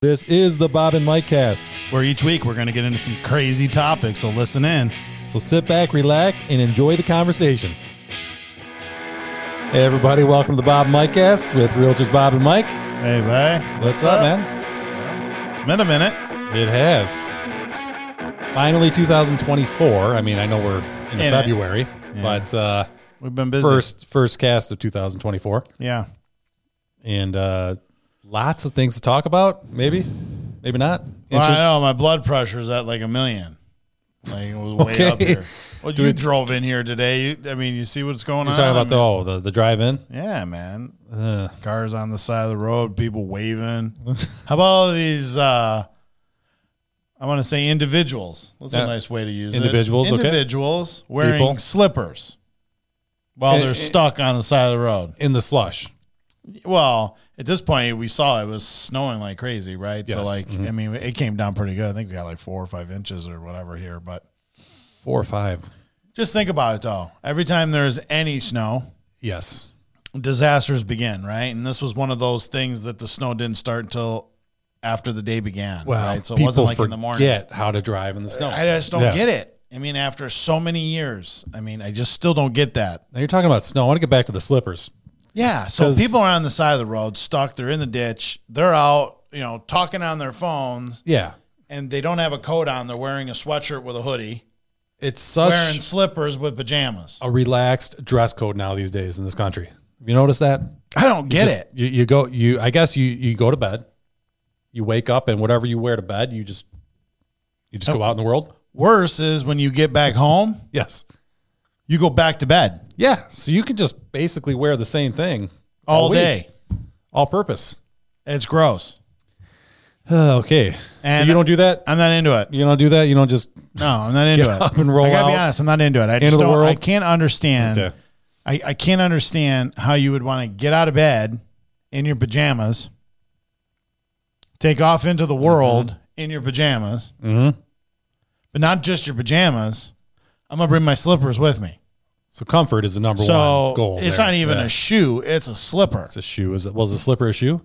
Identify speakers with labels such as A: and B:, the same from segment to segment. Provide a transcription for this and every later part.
A: This is the Bob and Mike cast.
B: where each week we're going to get into some crazy topics. So listen in.
A: So sit back, relax, and enjoy the conversation. Hey, everybody, welcome to the Bob and Mike cast with Realtors Bob and Mike.
B: Hey, bye.
A: What's up, man?
B: It's been a minute.
A: It has. Finally, 2024. I mean, I know we're in
B: In it.
A: February, but uh,
B: We've been busy.
A: first first cast of 2024,
B: Yeah.
A: and uh, lots of things to talk about. Maybe, maybe not.
B: Well, I
A: Interest-
B: know my blood pressure's at like a million. Like it was way
A: Okay.
B: up here. Well, you drove in here today. You, I mean, you see what's going
A: You're
B: on.
A: talking about the oh the, the drive-in.
B: the yeah, man.
A: Uh,
B: Cars on the side of the road, people waving. How about all these? uh I want to say individuals. That's
A: Yeah.
B: a nice way to use
A: Individuals,
B: it.
A: okay.
B: Individuals wearing
A: People.
B: slippers while
A: Eh,
B: they're
A: eh.
B: stuck on the side of the road.
A: in the slush.
B: Well, at this point, we saw it was snowing like crazy, right? So,
A: Yes. Mm-hmm.
B: like, I mean, it came down pretty good. I think we got like four or five inches or whatever here. But
A: Four or five.
B: just think about it, though. Every time there's any snow,
A: Yes.
B: disasters begin, right? And this was one of those things that the snow didn't start until after the day began,
A: Well,
B: right? So it
A: people
B: wasn't like
A: forget
B: in the morning.
A: how to drive in the snow.
B: I just don't
A: Yeah.
B: get it. I mean, after so many years, I mean, I just still don't get that.
A: Now you're talking about snow. I want to get back to the slippers.
B: Yeah. So
A: 'Cause-
B: people are on the side of the road, stuck. They're in the ditch. They're out, you know, talking on their phones.
A: Yeah,
B: and they don't have a coat on. They're wearing a sweatshirt with a hoodie,
A: it's such
B: wearing slippers with pajamas.
A: a relaxed dress code now these days in this country. Have you noticed that?
B: I don't get
A: Just-
B: it.
A: You, you go. You I guess you you go to bed, you wake up, and whatever you wear to bed, you just you just
B: Oh.
A: go out in the world.
B: Worse is when you get back home,
A: Yes.
B: you go back to bed
A: Yeah. So you can just basically wear the same thing
B: all,
A: week,
B: day.
A: all purpose.
B: It's gross.
A: okay. And
B: And-
A: so you don't do that.
B: I'm not into it.
A: You don't do that. You don't just
B: No, I'm not into
A: Get
B: it.
A: up and roll
B: I gotta be
A: out.
B: honest. I'm not into it. I just
A: Into the
B: don't. I
A: world.
B: can't understand.
A: Okay.
B: I, I can't understand how you would want to get out of bed in your pajamas, take off into the world
A: Mm-hmm.
B: in your pajamas,
A: Mhm.
B: but not just your pajamas. I'm gonna bring my slippers with me.
A: so comfort is the number
B: So
A: one goal.
B: it's
A: there.
B: not even
A: Yeah.
B: a shoe; it's a slipper.
A: It's a shoe. Is it was a slipper a shoe?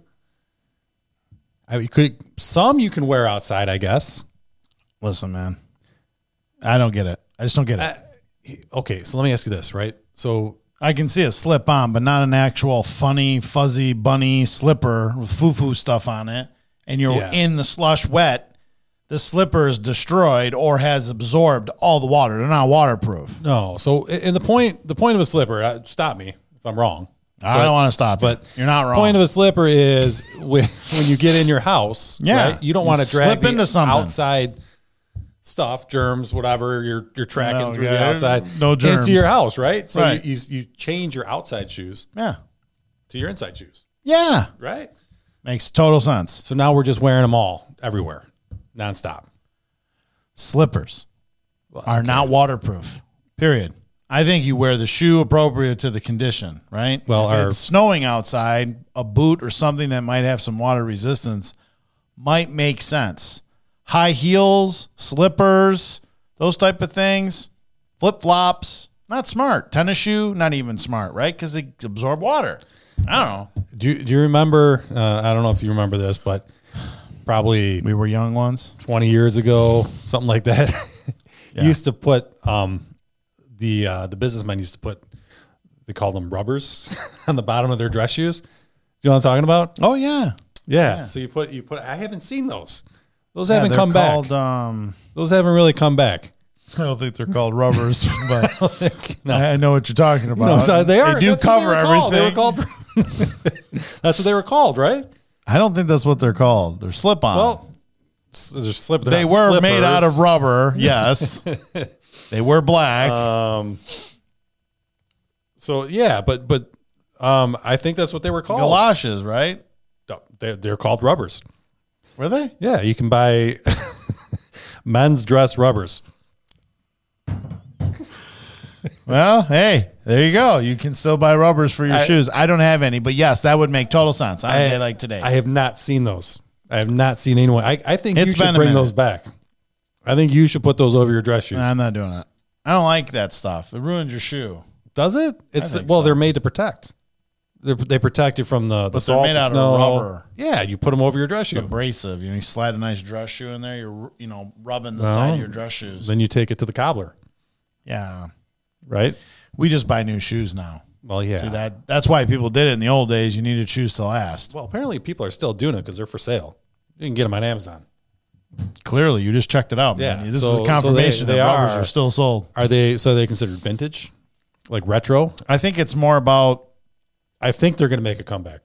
A: I you could some you can wear outside, I guess.
B: Listen, man, I don't get it. I just don't get it. I,
A: Okay, so let me ask you this, right? So
B: can see a slip on, but not an actual funny, fuzzy bunny slipper with foo-foo stuff on it, and you're
A: Yeah.
B: in the slush wet. The slipper is destroyed or has absorbed all the water. They're not waterproof.
A: no, so i- and the point the point of a slipper, uh, stop me if I'm wrong.
B: I don't want to stop, but you. are not wrong.
A: Point of a slipper is when, when you get in your house,
B: Yeah.
A: right, you don't want to
B: You
A: drag
B: slip
A: the
B: into something.
A: outside stuff, germs, whatever you're you're tracking
B: No,
A: through the
B: yeah,
A: outside
B: no germs.
A: into your house, right? So
B: Right.
A: You, you you change your outside shoes
B: yeah,
A: to your inside shoes,
B: yeah,
A: right?
B: makes total sense.
A: So now we're just wearing them all everywhere, nonstop.
B: Slippers are not waterproof. Period. I think you wear the shoe appropriate to the condition, right?
A: Well,
B: if
A: our-
B: it's snowing outside, a boot or something that might have some water resistance might make sense. High heels, slippers, those type of things, flip flops, not smart. Tennis shoe, not even smart, right? Because they absorb water. I don't know.
A: Do you, do you remember? Uh, I don't know if you remember this, but probably
B: We were young ones.
A: 20 years ago, something like that. Used to put um, the uh, the businessmen used to put they called them rubbers on the bottom of their dress shoes. Do you know what I'm talking about?
B: Oh yeah,
A: Yeah. So you put you put. I haven't seen those. Those
B: Yeah,
A: haven't
B: they're
A: come
B: called,
A: back.
B: Um,
A: Those haven't really come back.
B: I don't think they're called rubbers, but
A: no.
B: I I know what you're talking about.
A: No, they are.
B: do
A: that's what
B: cover
A: were
B: everything.
A: called. They were called. that's what they were called, right?
B: I don't think that's what they're called. They're slip on.
A: Well, s- they're slip. they're
B: they
A: not
B: were made
A: slippers. Uh,
B: out of rubber. Yes. they were black.
A: Um. So yeah, but but um, I think that's what they were called.
B: Galoshes, right?
A: No, They're, they're called rubbers.
B: Were they?
A: Yeah, you can buy men's dress rubbers.
B: Well, hey, there you go. You can still buy rubbers for your
A: I-
B: shoes. I don't have any, but yes, that would make total sense on a
A: I-
B: day like today.
A: I have not seen those. I have not seen anyone. I, I think
B: It's
A: you
B: been
A: should
B: a
A: bring
B: minute. Uh,
A: those back. I think you should put those over your dress shoes.
B: I'm not doing it. I don't like that stuff. It ruins your shoe.
A: Does it? It's
B: think
A: well,
B: so.
A: they're made to protect. They're, they protect you from the, the
B: they're
A: salt,
B: made
A: the
B: out of
A: snow.
B: rubber.
A: Yeah, you put them over your dress
B: It's
A: shoe.
B: abrasive. You know, you slide a nice dress shoe in there. You're ru- you know rubbing the side
A: Well,
B: of your dress shoes.
A: Then you take it to the cobbler,
B: yeah,
A: right?
B: we just buy new shoes now.
A: Well, yeah.
B: See that that's why people did it in the old days. You needed shoes to last.
A: Well, apparently people are still doing it because they're for sale. You can get them on Amazon.
B: Clearly, you just checked it out. man.
A: Yeah,
B: this
A: so-
B: is
A: so
B: a
A: they-
B: confirmation
A: they
B: that rubbers
A: are-
B: are still sold.
A: Are they so they considered vintage, like retro?
B: I think it's more about
A: I think they're going to make a comeback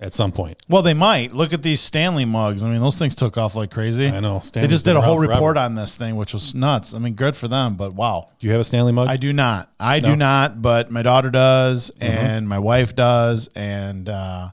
A: at some point.
B: well, they might look at these Stanley mugs. I mean, those things took off like crazy.
A: I know.
B: They
A: Stanley's
B: just
A: been
B: did a whole
A: around forever.
B: report on this thing, which was nuts. I mean, good for them, but wow.
A: Do you have a Stanley mug?
B: I do not. I
A: No. Mm-hmm.
B: do not, but my daughter does, and my wife does, and uh,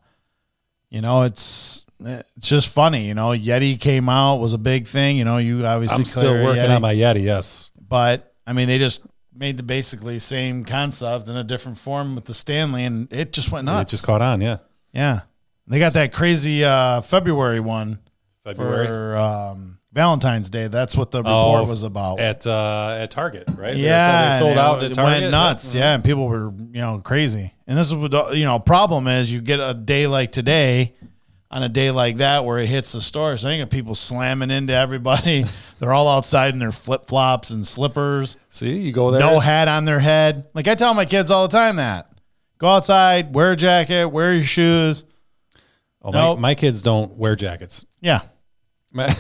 B: you know, it's it's just funny. You know, Yeti came out was a big thing. You know, you obviously
A: I'm still
B: clear
A: working
B: Yeti,
A: on my Yeti. Yes.
B: but I mean, they just made the basically same concept in a different form with the Stanley, and it just went
A: It
B: nuts.
A: just caught on. Yeah.
B: yeah, they got that crazy uh, February one
A: February
B: for um, Valentine's Day. That's what the report
A: Oh,
B: was about.
A: at uh, at Target, right? They-
B: Yeah,
A: so they sold
B: and it
A: out
B: was-
A: at
B: It
A: Target.
B: went nuts. Yeah, and people were you know crazy. And this is what the- you know problem is. You get a day like today, on a day like that where it hits the stores. I think of people slamming into everybody. They're all outside in their flip flops and slippers,
A: See, you go there.
B: no hat on their head. Like I tell my kids all the time that go outside, wear a jacket, wear your shoes.
A: oh,
B: no.
A: my, my kids don't wear jackets.
B: Yeah,
A: My-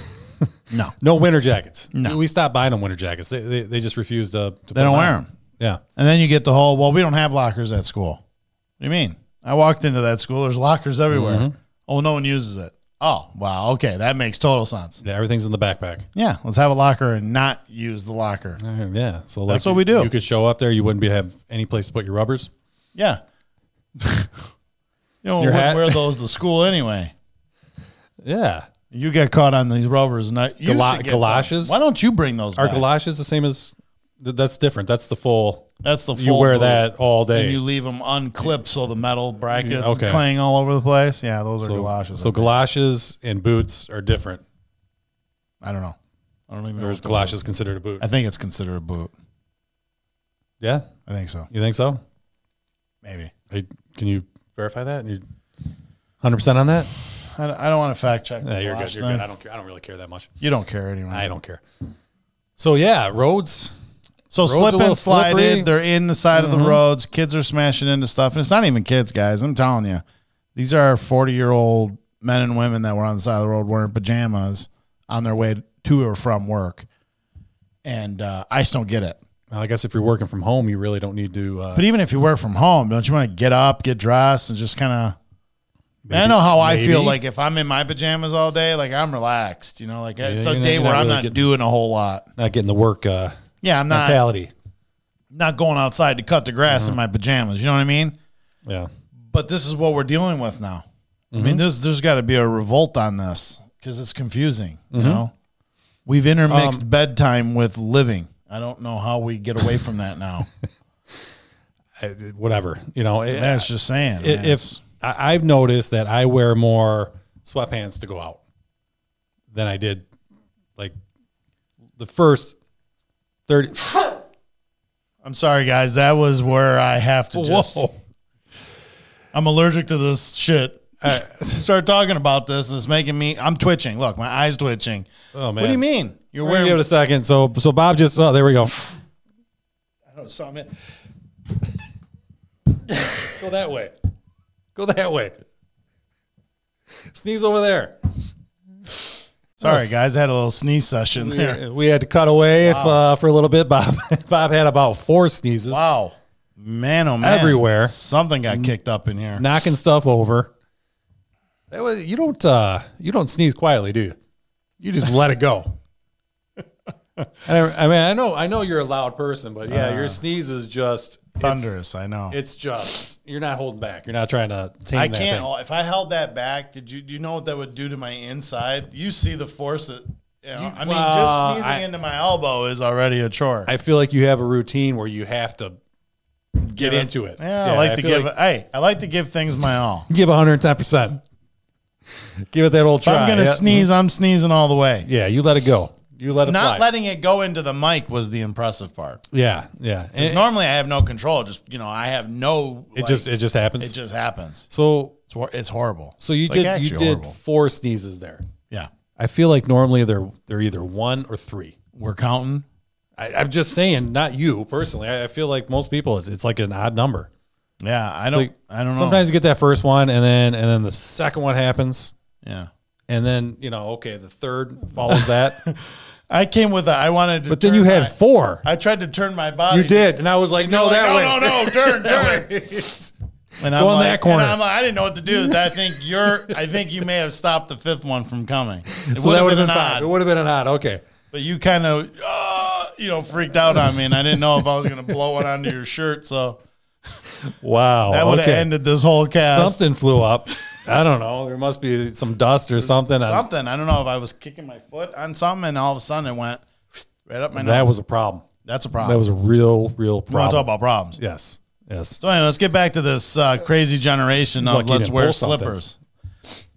B: no,
A: no winter jackets.
B: No.
A: We stopped buying them winter jackets. They, they, they just refuse to. to
B: they don't wear them.
A: Yeah.
B: And then you get the whole, well, we don't have lockers at school. What do you mean? I walked into that school, there's lockers everywhere.
A: Mm-hmm.
B: Oh, no one uses it. Oh, wow. Okay. That makes total sense.
A: Yeah. Everything's in the backpack.
B: Yeah. Let's have a locker and not use the locker.
A: Uh-huh. Yeah. So
B: That's
A: like,
B: what we do.
A: You could show up there. You wouldn't be have any place to put your rubbers.
B: Yeah. you know,
A: Your hat?
B: wear those to school anyway.
A: Yeah.
B: You get caught on these rubbers and I, you
A: Gala-
B: should get some.
A: galoshes?
B: Why don't you bring those?
A: Are
B: back?
A: galoshes the same as? th- that's different. That's the full.
B: That's the full
A: You wear
B: boot.
A: that all day.
B: and you leave them unclipped so the metal brackets
A: Mm-hmm. Okay.
B: clang all over the place. Yeah, those are
A: so,
B: galoshes.
A: So galoshes and boots are different.
B: I don't know. I don't even know.
A: Or is
B: what's going on.
A: galoshes considered a boot?
B: I think it's considered a boot.
A: Yeah.
B: I think so.
A: You think so?
B: Maybe.
A: Hey, can you verify that? You 100% on that?
B: I, I don't want to fact check.
A: Yeah,
B: the
A: you're good.
B: last
A: You're good.
B: thing.
A: I don't care. I don't really care that much.
B: You don't care anyway.
A: I don't care. So yeah, roads.
B: So
A: Roads are a
B: slip
A: little
B: and slide
A: slippery. Mm-hmm.
B: in. They're in the side of the roads. Kids are smashing into stuff, and it's not even kids, guys. I'm telling you, these are 40 year old men and women that were on the side of the road wearing pajamas on their way to or from work, and uh, I just don't get it.
A: Well, I guess if you're working from home, you really don't need to. Uh,
B: But even if you work from home, don't you want to get up, get dressed, and just kind of? I know how I feel.
A: maybe.
B: Like if I'm in my pajamas all day, like I'm relaxed. You know, like it's
A: you're
B: a
A: not-
B: day
A: you're
B: where
A: not
B: I'm
A: really
B: not
A: getting-
B: doing a whole lot.
A: not getting the work uh,
B: Yeah, I'm not
A: mentality.
B: not going outside to cut the grass
A: Mm-hmm.
B: in my pajamas. You know what I mean?
A: Yeah.
B: But this is what we're dealing with now. I
A: Mm-hmm.
B: mean, there's there's got to be a revolt on this because it's confusing.
A: Mm-hmm.
B: You know, we've
A: Um,
B: intermixed bedtime with living. I don't know how we get away from that now.
A: I, whatever. You know. It,
B: That's just saying.
A: it-
B: man.
A: if I, I've noticed that I wear more sweatpants to go out than I did, like the first thirty.
B: I'm sorry, guys, that was where I have to just.
A: Whoa.
B: I'm allergic to this shit. I start talking about this, and it's making me. I'm twitching. Look, my eyes twitching.
A: Oh man.
B: What do you mean? You're
A: We're gonna
B: wearing.
A: give it a second. So so Bob just oh there we go.
B: I don't- so I'm in-
A: Go that way. Go that way. Sneeze over there.
B: Sorry, guys, I had a little sneeze session there.
A: We, we had to cut away if, uh, for a little bit. Bob Bob had about four sneezes,
B: Wow. Man, oh man.
A: Everywhere. Mm.
B: Something got kicked up in here.
A: knocking stuff over. That was you don't uh, you don't sneeze quietly, do you? You just let it go. And I, I mean, I know I know you're a loud person, but yeah, your sneeze is just it's-
B: Uh, Thunderous, I know.
A: It's, just you're not holding back. You're not trying to tame.
B: I
A: that
B: can't. oh,
A: thing.
B: If I held that back, did you do you know what that would do to my inside? You see the force that you know, I mean,
A: well,
B: just sneezing
A: I-
B: into my elbow is already a chore.
A: I feel like you have a routine where you have to get into it.
B: yeah, I like to
A: feel
B: give. hey, I like to give things my all.
A: give 110 percent. Give it that old
B: If
A: try.
B: I'm gonna
A: yeah.
B: sneeze, I'm sneezing all the way.
A: Yeah, you let it go. You let it
B: Not
A: fly.
B: letting it go into the mic was the impressive part.
A: yeah, yeah.
B: 'Cause
A: And
B: normally I have no control. Just you know, I have no.
A: it just it just happens.
B: it just happens.
A: so
B: It's hor- it's horrible.
A: so you
B: It's, like,
A: did you
B: actually
A: did
B: horrible.
A: four sneezes there.
B: Yeah,
A: I feel like normally they're they're either one or three.
B: we're counting.
A: I, I'm just saying, not you personally. I, I feel like most people, it's, it's like an odd number.
B: Yeah, I don't.
A: Like,
B: I don't know.
A: Sometimes you get that first one, and then and then the second one happens,
B: yeah.
A: and then you know, okay, the third follows that.
B: I came with. A, I wanted to.
A: but then you
B: turn
A: had
B: my-
A: four.
B: I tried to turn my body.
A: you did, and I was like, no,
B: Like,
A: that
B: no,
A: way.
B: no, no, turn, turn. And I'm
A: Go in
B: like,
A: that corner.
B: And I'm like, I didn't know what to do. I think you're. I think you may have stopped the fifth one from coming. It
A: so that would have been,
B: odd.
A: five. It would have been an odd. Okay.
B: But you kind of, uh, you know, freaked out on me, and I didn't know if I was going to blow it onto your shirt. So
A: Wow.
B: that would have
A: okay.
B: ended this whole cast.
A: Something flew up. I don't know. There must be some dust or something. I-
B: Something. I don't know if I was kicking my foot on something, and all of a sudden it went right up my nose.
A: that was a problem.
B: That's a
A: That
B: problem.
A: was a real, real
B: you want to talk
A: problem.
B: about problems?
A: Yes. Yes.
B: So anyway, let's get back to this uh, crazy generation of
A: Lucky you
B: let's
A: didn't
B: wear
A: pull something.
B: slippers.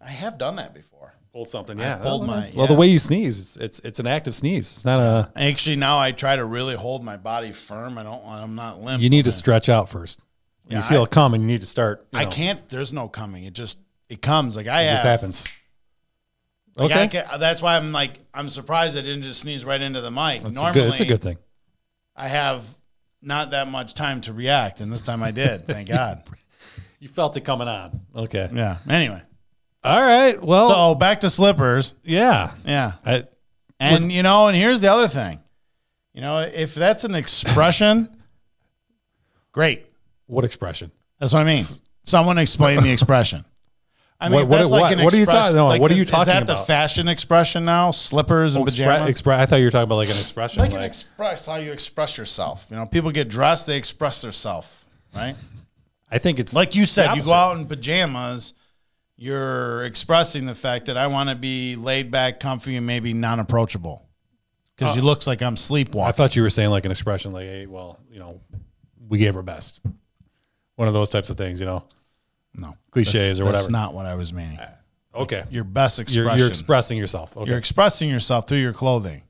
B: I have done that before.
A: Pulled something. Yeah.
B: pulled my-
A: Well, the
B: yeah.
A: way you sneeze, it's, it's it's an active sneeze. It's not a.
B: Actually, now I try to really hold my body firm. I don't. I'm not limp.
A: You need to stretch out first. When
B: Yeah,
A: you feel it coming, you need to start. you
B: I
A: know,
B: can't. There's no coming. It just. It comes. Like I
A: It
B: have.
A: just happens.
B: Like,
A: Okay.
B: I ca- that's why I'm like I'm surprised I didn't just sneeze right into the mic.
A: It's a,
B: Normally,
A: good, it's a good thing.
B: I have not that much time to react, and this time I did. Thank God.
A: You felt it coming on. Okay.
B: Yeah. Anyway,
A: All right. Well,
B: so back to slippers.
A: yeah.
B: Yeah.
A: I,
B: And you know, and here's the other thing. You know, if that's an expression, great.
A: what expression?
B: That's what I mean. Someone explain the expression. I mean,
A: What- what-
B: that's like
A: what-
B: an
A: what are you
B: expression-
A: talking- no,
B: like
A: what are you
B: is
A: talking
B: that the
A: about?
B: fashion expression now? Slippers and
A: Expre-
B: pajamas.
A: expre- I thought you were talking about like an expression.
B: like
A: like-
B: an express how you express yourself. You know, people get dressed, they express themselves, right?
A: I think it's
B: Like you said,
A: The
B: you go
A: opposite.
B: out in pajamas, you're expressing the fact that I want to be laid back, comfy, and maybe non-approachable because you looks like I'm
A: Uh, I
B: sleepwalking.
A: thought you were saying like an expression like, hey, well, you know, we gave our best. One of those types of things, you know.
B: no
A: cliches
B: That's-
A: or
B: That's
A: whatever.
B: not what I was meaning.
A: Okay.
B: Your best expression.
A: You're,
B: You're,
A: you're expressing yourself. Okay.
B: expressing yourself through your clothing.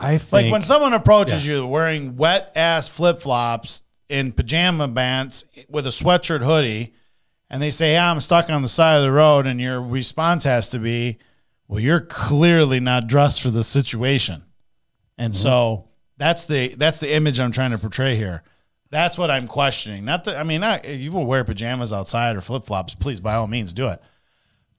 A: I think
B: Like when someone approaches you wearing wet ass flip flops in pajama pants with a sweatshirt hoodie, and they say, "Yeah, I'm stuck on the side of the road," and your response has to be, "Well, you're clearly not dressed for the situation," and so that's the that's the image I'm trying to portray here. That's what I'm questioning. Not that I mean, I, if you will wear pajamas outside or flip flops, please by all means do it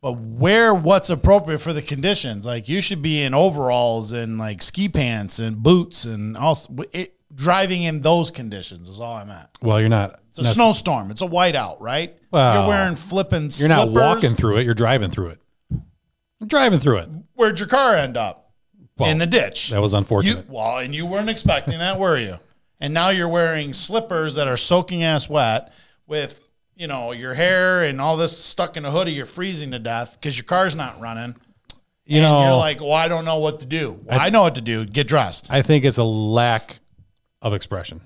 B: but wear what's appropriate for the conditions. Like you should be in overalls and like ski pants and boots and all it, driving in those conditions is all I'm at.
A: well, you're not
B: It's a snowstorm. It's a whiteout, right?
A: Well,
B: you're wearing flippin'
A: you're
B: slippers.
A: not walking through it, you're driving through it. You're driving through it.
B: Where'd your car end up?
A: Well,
B: in the ditch.
A: That was
B: you,
A: unfortunate.
B: well, and you weren't expecting that, were you? And now you're wearing slippers that are soaking ass wet with you know your hair and all this stuck in a hoodie. You're freezing to death because your car's not running.
A: You, know,
B: You're like, well, I don't know what to do. Well, I, know what to do. Get dressed.
A: I think it's a lack of expression.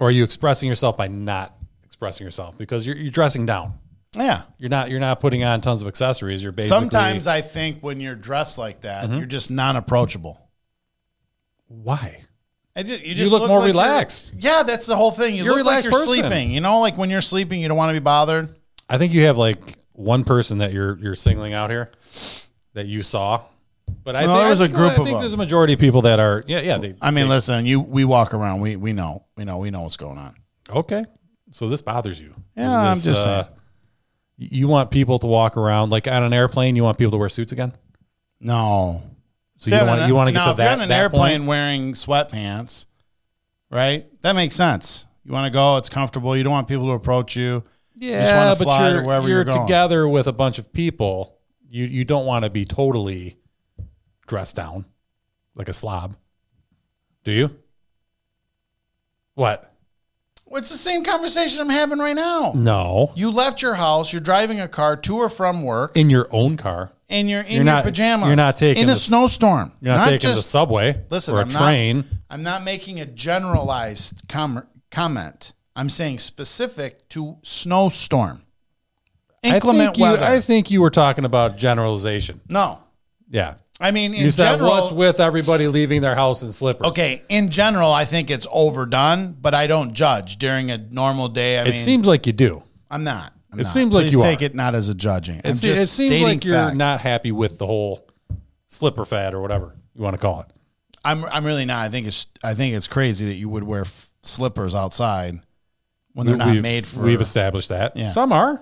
A: Or are you expressing yourself by not expressing yourself because you're, you're dressing down.
B: Yeah.
A: You're not you're not putting on tons of accessories. You're basically Mm-hmm.
B: Sometimes I think when you're dressed like that, you're just non-approachable.
A: why?
B: I ju- you just
A: look more
B: like you're-
A: relaxed.
B: Yeah, that's the whole thing. You
A: You're a
B: look like
A: relaxed
B: you're
A: person.
B: sleeping. You know, like when you're sleeping, you don't want to be bothered.
A: I think you have like one person that you're you're singling out here that you saw. But I
B: No,
A: think
B: there was
A: I
B: Oh, a
A: think,
B: group
A: I
B: of
A: think
B: them.
A: there's a majority of people that are yeah, yeah, they
B: I mean, listen, you we walk around, we we know, we know, we know what's going on.
A: Okay. So this bothers you.
B: Yeah,
A: Is
B: I'm
A: this, uh,
B: just saying.
A: y- You want people to walk around like on an airplane. You want people to wear suits again.
B: No,
A: So you don't want you want to get
B: now,
A: to
B: if
A: that,
B: you're on an
A: that
B: airplane
A: point?
B: wearing sweatpants, right? That makes sense. You want to go; it's comfortable. You don't want people to approach you.
A: Yeah,
B: just wanna
A: but
B: fly to
A: you're,
B: wherever
A: you're,
B: you're going.
A: together with a bunch of people. You you don't want to be totally dressed down like a slob, do you? What?
B: Well, It's the same conversation I'm having right now.
A: No,
B: You left your house. You're driving a car to or from work,
A: in your own car.
B: and you're in
A: You're
B: your
A: not-
B: pajamas.
A: you're not taking
B: in a
A: the-
B: snowstorm.
A: You're not, taking the
B: just.
A: subway.
B: Listen,
A: or a
B: I'm not-
A: train.
B: I'm not making a generalized com- comment. I'm saying specific to snowstorm,
A: I
B: inclement
A: think you-
B: weather.
A: I think you were talking about generalization.
B: no,
A: Yeah,
B: I mean, in
A: You said
B: general,
A: what's with everybody leaving their house in slippers?
B: okay. In general, I think it's overdone, but I don't judge during a normal day. I
A: It
B: mean,
A: seems like you do.
B: I'm not. I'm
A: it
B: not.
A: seems like
B: Please
A: you
B: take
A: are.
B: it not as a judging. I'm
A: It, se-
B: just
A: it seems
B: stating
A: like you're
B: facts.
A: not happy with the whole slipper fad or whatever you want to call it.
B: I'm I'm really not. I think it's I think it's crazy that you would wear f- slippers outside when they're not
A: We've-
B: made for.
A: We've established that.
B: Yeah.
A: Some are.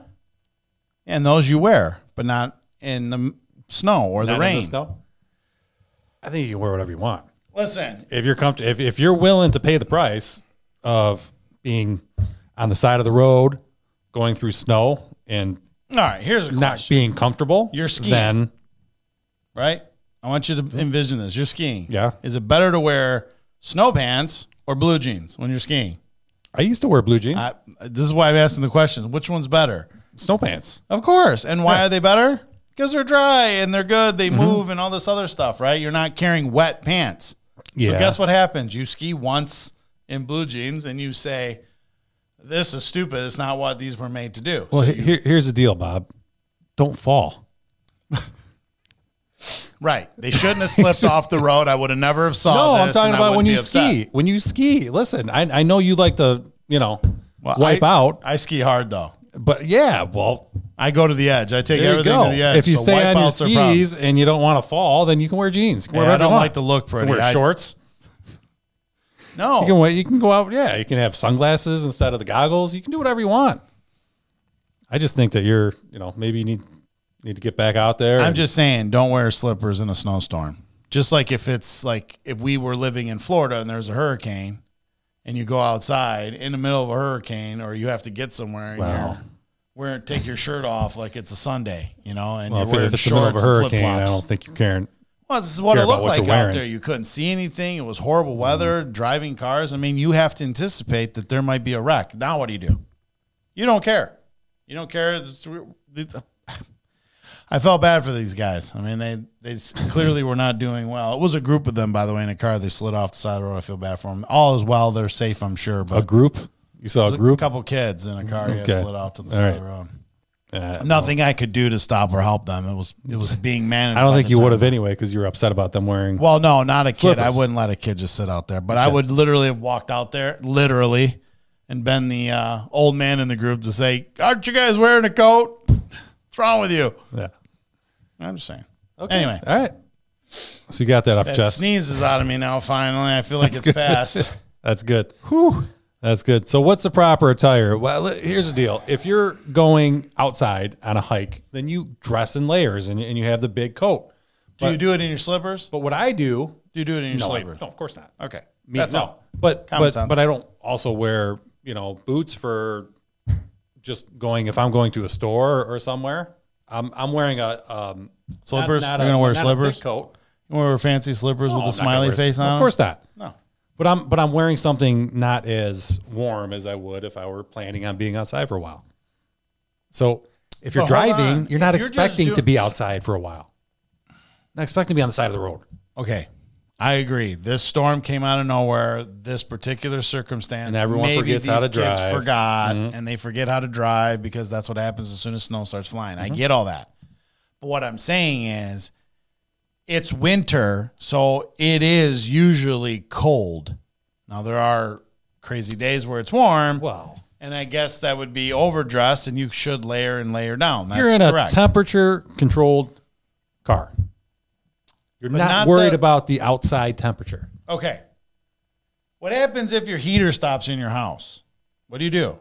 B: and those you wear, but not in the m- snow or the
A: Not in
B: rain.
A: snow. I think you can wear whatever you want.
B: Listen,
A: If you're comfortable, if, if you're willing to pay the price of being on the side of the road, going through snow and
B: all right. Here's a
A: not
B: question,
A: being comfortable,
B: You're skiing.
A: Then
B: right? I want you to envision this. You're skiing.
A: Mm-hmm. Yeah.
B: Is it better to wear snow pants or blue jeans when you're skiing?
A: I used to wear blue jeans,
B: I, this is why I'm asking the question. Which one's better?
A: snow pants.
B: Of course. And why are they better? Because they're dry and they're good. They
A: Mm-hmm.
B: move and all this other stuff, right? You're not carrying wet pants. So
A: Yeah.
B: guess what happens? You ski once in blue jeans and you say, "This is stupid. It's not what these were made to do."
A: Well, he- here, here's the deal, Bob. Don't fall.
B: right? They shouldn't have slipped off the road. I would have never have
A: No,
B: saw.
A: I'm
B: this, and
A: talking
B: I
A: about when
B: wouldn't
A: you
B: be upset.
A: ski. When you ski, listen, I, I know you like to, you know,
B: Well,
A: wipe
B: I-
A: out,
B: I ski hard though.
A: but yeah, well,
B: I go to the edge. I take
A: there you
B: everything
A: go.
B: to the edge.
A: if you
B: so
A: stay on your
B: wipeouts are a problem.
A: skis and you don't want to fall, then you can wear jeans. You can
B: Yeah,
A: wear
B: I
A: whatever you
B: don't
A: want.
B: like to look
A: You can
B: pretty.
A: wear
B: I- Oh.
A: shorts.
B: No,
A: You can wear, you can go out. Yeah, you can have sunglasses instead of the goggles. You can do whatever you want. I just think that you're, you know, maybe you need need to get back out there.
B: I'm
A: and-
B: just saying, don't wear slippers in a snowstorm. Just like if it's like if we were living in Florida and there's a hurricane, and you go outside in the middle of a hurricane, or you have to get somewhere, and
A: Well.
B: you're wearing take your shirt off like it's a Sunday, you know, and
A: well, if,
B: you're
A: it-
B: wearing
A: if it's the middle
B: shorts
A: of a
B: and flip
A: hurricane, I
B: flops.
A: don't think you're caring.
B: Well, this is what
A: care
B: it
A: about
B: looked
A: what you're
B: like out
A: wearing. Mm-hmm.
B: there. You couldn't see anything. It was horrible weather. Driving cars. I mean, you have to anticipate that there might be a wreck. Now, what do you do? You don't care. You don't care. It's- I felt bad for these guys. I mean, they they s- clearly were not doing well. It was a group of them, by the way, in a car. They slid off the side of the road. I feel bad for them. All is well. They're safe, I'm sure.
A: A
B: But
A: group? You saw a
B: a
A: group?
B: couple kids in a car yeah,
A: Okay.
B: slid off to the
A: All
B: side
A: right.
B: of the road.
A: Uh,
B: Nothing I could do to stop or help them. It was it was being managed.
A: I don't
B: by
A: think
B: the
A: you
B: time.
A: would have anyway because you were upset about them wearing.
B: Well, no, not a kid. I
A: Slippers.
B: wouldn't let a kid just sit out there, but I would literally have walked out there, literally, and been the uh, old man in the group to say, "Aren't you guys wearing a coat? What's wrong with you?"
A: yeah.
B: I'm just saying. Anyway,
A: All right. So you got that off your
B: that
A: chest.
B: sneezes out of me now. Finally, I feel like it's
A: good.
B: past.
A: That's good. That's good. So what's the proper attire? Well, here's the deal. If you're going outside on a hike, then you dress in layers and, and you have the big coat.
B: Do you do it in your slippers?
A: But what I do,
B: Do you do it in your
A: no, I-
B: slippers?
A: no, of course not.
B: Okay,
A: Me,
B: that's
A: no.
B: all.
A: But
B: Common
A: but
B: sense.
A: but I don't also wear you know boots for just going if I'm going to a store or somewhere. I'm I'm wearing a um, not-
B: Slippers?
A: Not,
B: You're
A: a,
B: gonna wear
A: not a
B: slippers?
A: thick coat
B: You want to wear fancy slippers with
A: Oh, I'm not
B: a
A: gonna
B: smiley
A: wear-
B: face on?
A: Of course not.
B: no.
A: But I'm but I'm wearing something not as warm as I would if I were planning on being outside for a while. So if you're
B: But hold
A: driving,
B: on.
A: you're not
B: If you're just
A: expecting to
B: doing-
A: be outside for a while. Not expecting to be on the side of the road.
B: Okay. I agree. This storm came out of nowhere. This particular circumstance,
A: And everyone
B: maybe
A: forgets
B: these
A: how to
B: kids
A: drive. Mm-hmm.
B: Forgot, and they forget how to drive because that's what happens as soon as snow starts flying.
A: Mm-hmm.
B: I get all that, but what I'm saying is, it's winter, so it is usually cold. Now there are crazy days where it's warm,
A: Well,
B: and I guess that would be overdressed, and you should layer and layer down. That's
A: you're in a
B: correct.
A: temperature controlled car. You're not,
B: not
A: worried
B: the-
A: about the outside temperature.
B: Okay. What happens if your heater stops in your house? What do you do?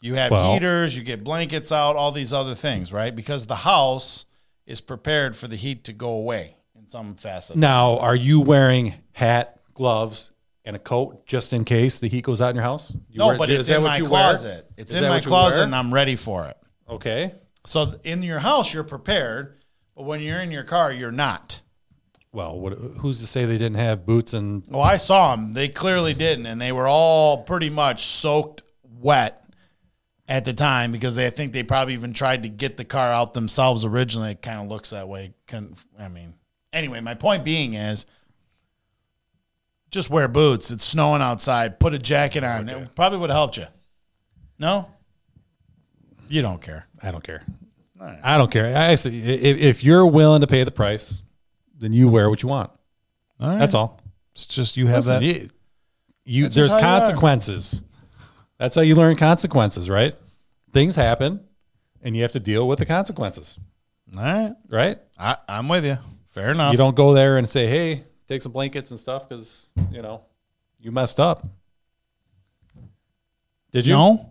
B: You have
A: Well-
B: heaters, you get blankets out, all these other things, right? Because the house is prepared for the heat to go away in some facet.
A: Now, are you wearing hat, gloves, and a coat just in case the heat goes out in your house? You
B: No,
A: wear-
B: but
A: is
B: it's
A: that
B: in
A: what
B: my
A: you wear?
B: closet. It's
A: Is
B: in
A: that
B: my
A: what you
B: closet
A: wear?
B: and I'm ready for it.
A: Okay.
B: So th- in your house, you're prepared, but when you're in your car, you're not.
A: Well, what, who's to say they didn't have boots and
B: Well, I saw them. They clearly didn't, and they were all pretty much soaked wet at the time because they, I think they probably even tried to get the car out themselves originally. It kind of looks that way. Can, I mean, anyway, my point being is just wear boots. It's snowing outside. Put a jacket on. It probably would have helped you. No, you don't care.
A: I don't care.
B: All right.
A: I don't care. I I see. If, if you're willing to pay the price, then you wear what you want.
B: All right.
A: That's all.
B: It's just you have
A: Listen,
B: that.
A: you, you-
B: That's
A: there's
B: just how you are.
A: consequences. That's how you learn consequences, right? Things happen, and you have to deal with the consequences,
B: All right.
A: right?
B: I, I'm with you. Fair enough.
A: You don't go there and say, "Hey, take some blankets and stuff," because you know you messed up. Did you?
B: No.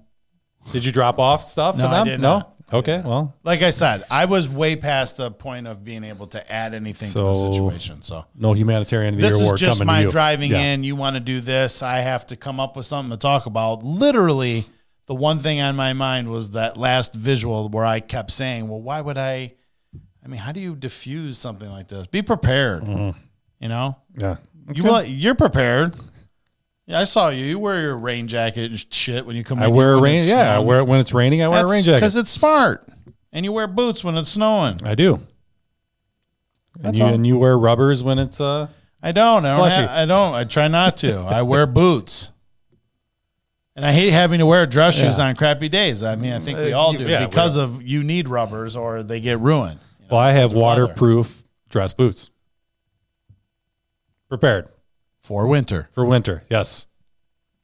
A: Did you drop off stuff
B: No,
A: for
B: I
A: them?
B: did
A: no.
B: not.
A: Okay. Well,
B: Like I said, I was way past the point of being able to add anything to
A: So-
B: the situation. So
A: no humanitarian of the
B: this
A: year
B: is
A: award
B: just
A: coming
B: my
A: to you.
B: driving
A: Yeah.
B: in. You want to do this? I have to come up with something to talk about. Literally, the one thing on my mind was that last visual where I kept saying, "Well, why would I?" I mean, how do you diffuse something like this? Be prepared.
A: Mm-hmm.
B: You know,
A: Yeah.
B: you will, you're prepared. Yeah, I saw you. You wear your rain jacket and shit when you come.
A: I
B: in
A: wear a
B: when
A: rain.
B: it's
A: Yeah, I
B: snowing.
A: wear it when it's raining. I wear a rain
B: because
A: jacket.
B: it's smart, and you wear boots when it's snowing.
A: I do. And
B: That's
A: you,
B: all.
A: and you wear rubbers when it's uh
B: I don't. I don't,
A: Slushy.
B: ha- I don't. I try not to. I wear boots. And I hate having to wear dress shoes
A: Yeah. Uh,
B: on crappy days. I mean, I think we all do
A: Yeah, we
B: because of you need rubbers or they get ruined.
A: Well, I have
B: there's weather.
A: waterproof dress boots. Prepared
B: For winter.
A: for winter. Yes.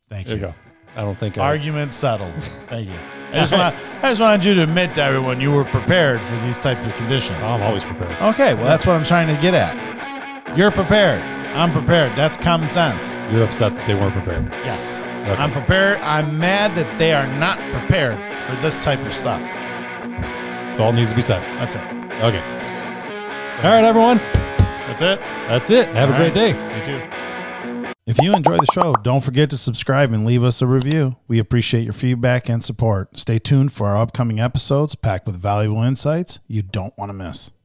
B: Thank
A: There
B: you.
A: you go. I don't think I,
B: Argument settled. Thank you. I just, want, I just wanted you to admit to everyone you were prepared for these types of conditions.
A: I'm always prepared.
B: Okay, well, that's what I'm trying to get at. You're prepared. I'm prepared. That's common sense.
A: You're upset that they weren't prepared.
B: Yes. I'm prepared. I'm mad that they are not prepared for this type of stuff.
A: That's all that needs to be said.
B: That's it.
A: Okay. All right, everyone.
B: That's it.
A: That's it. Have a
B: All
A: great
B: right.
A: day.
B: You too. If you enjoy the show, don't forget to subscribe and leave us a review. We appreciate your feedback and support. Stay tuned for our upcoming episodes packed with valuable insights you don't want to miss.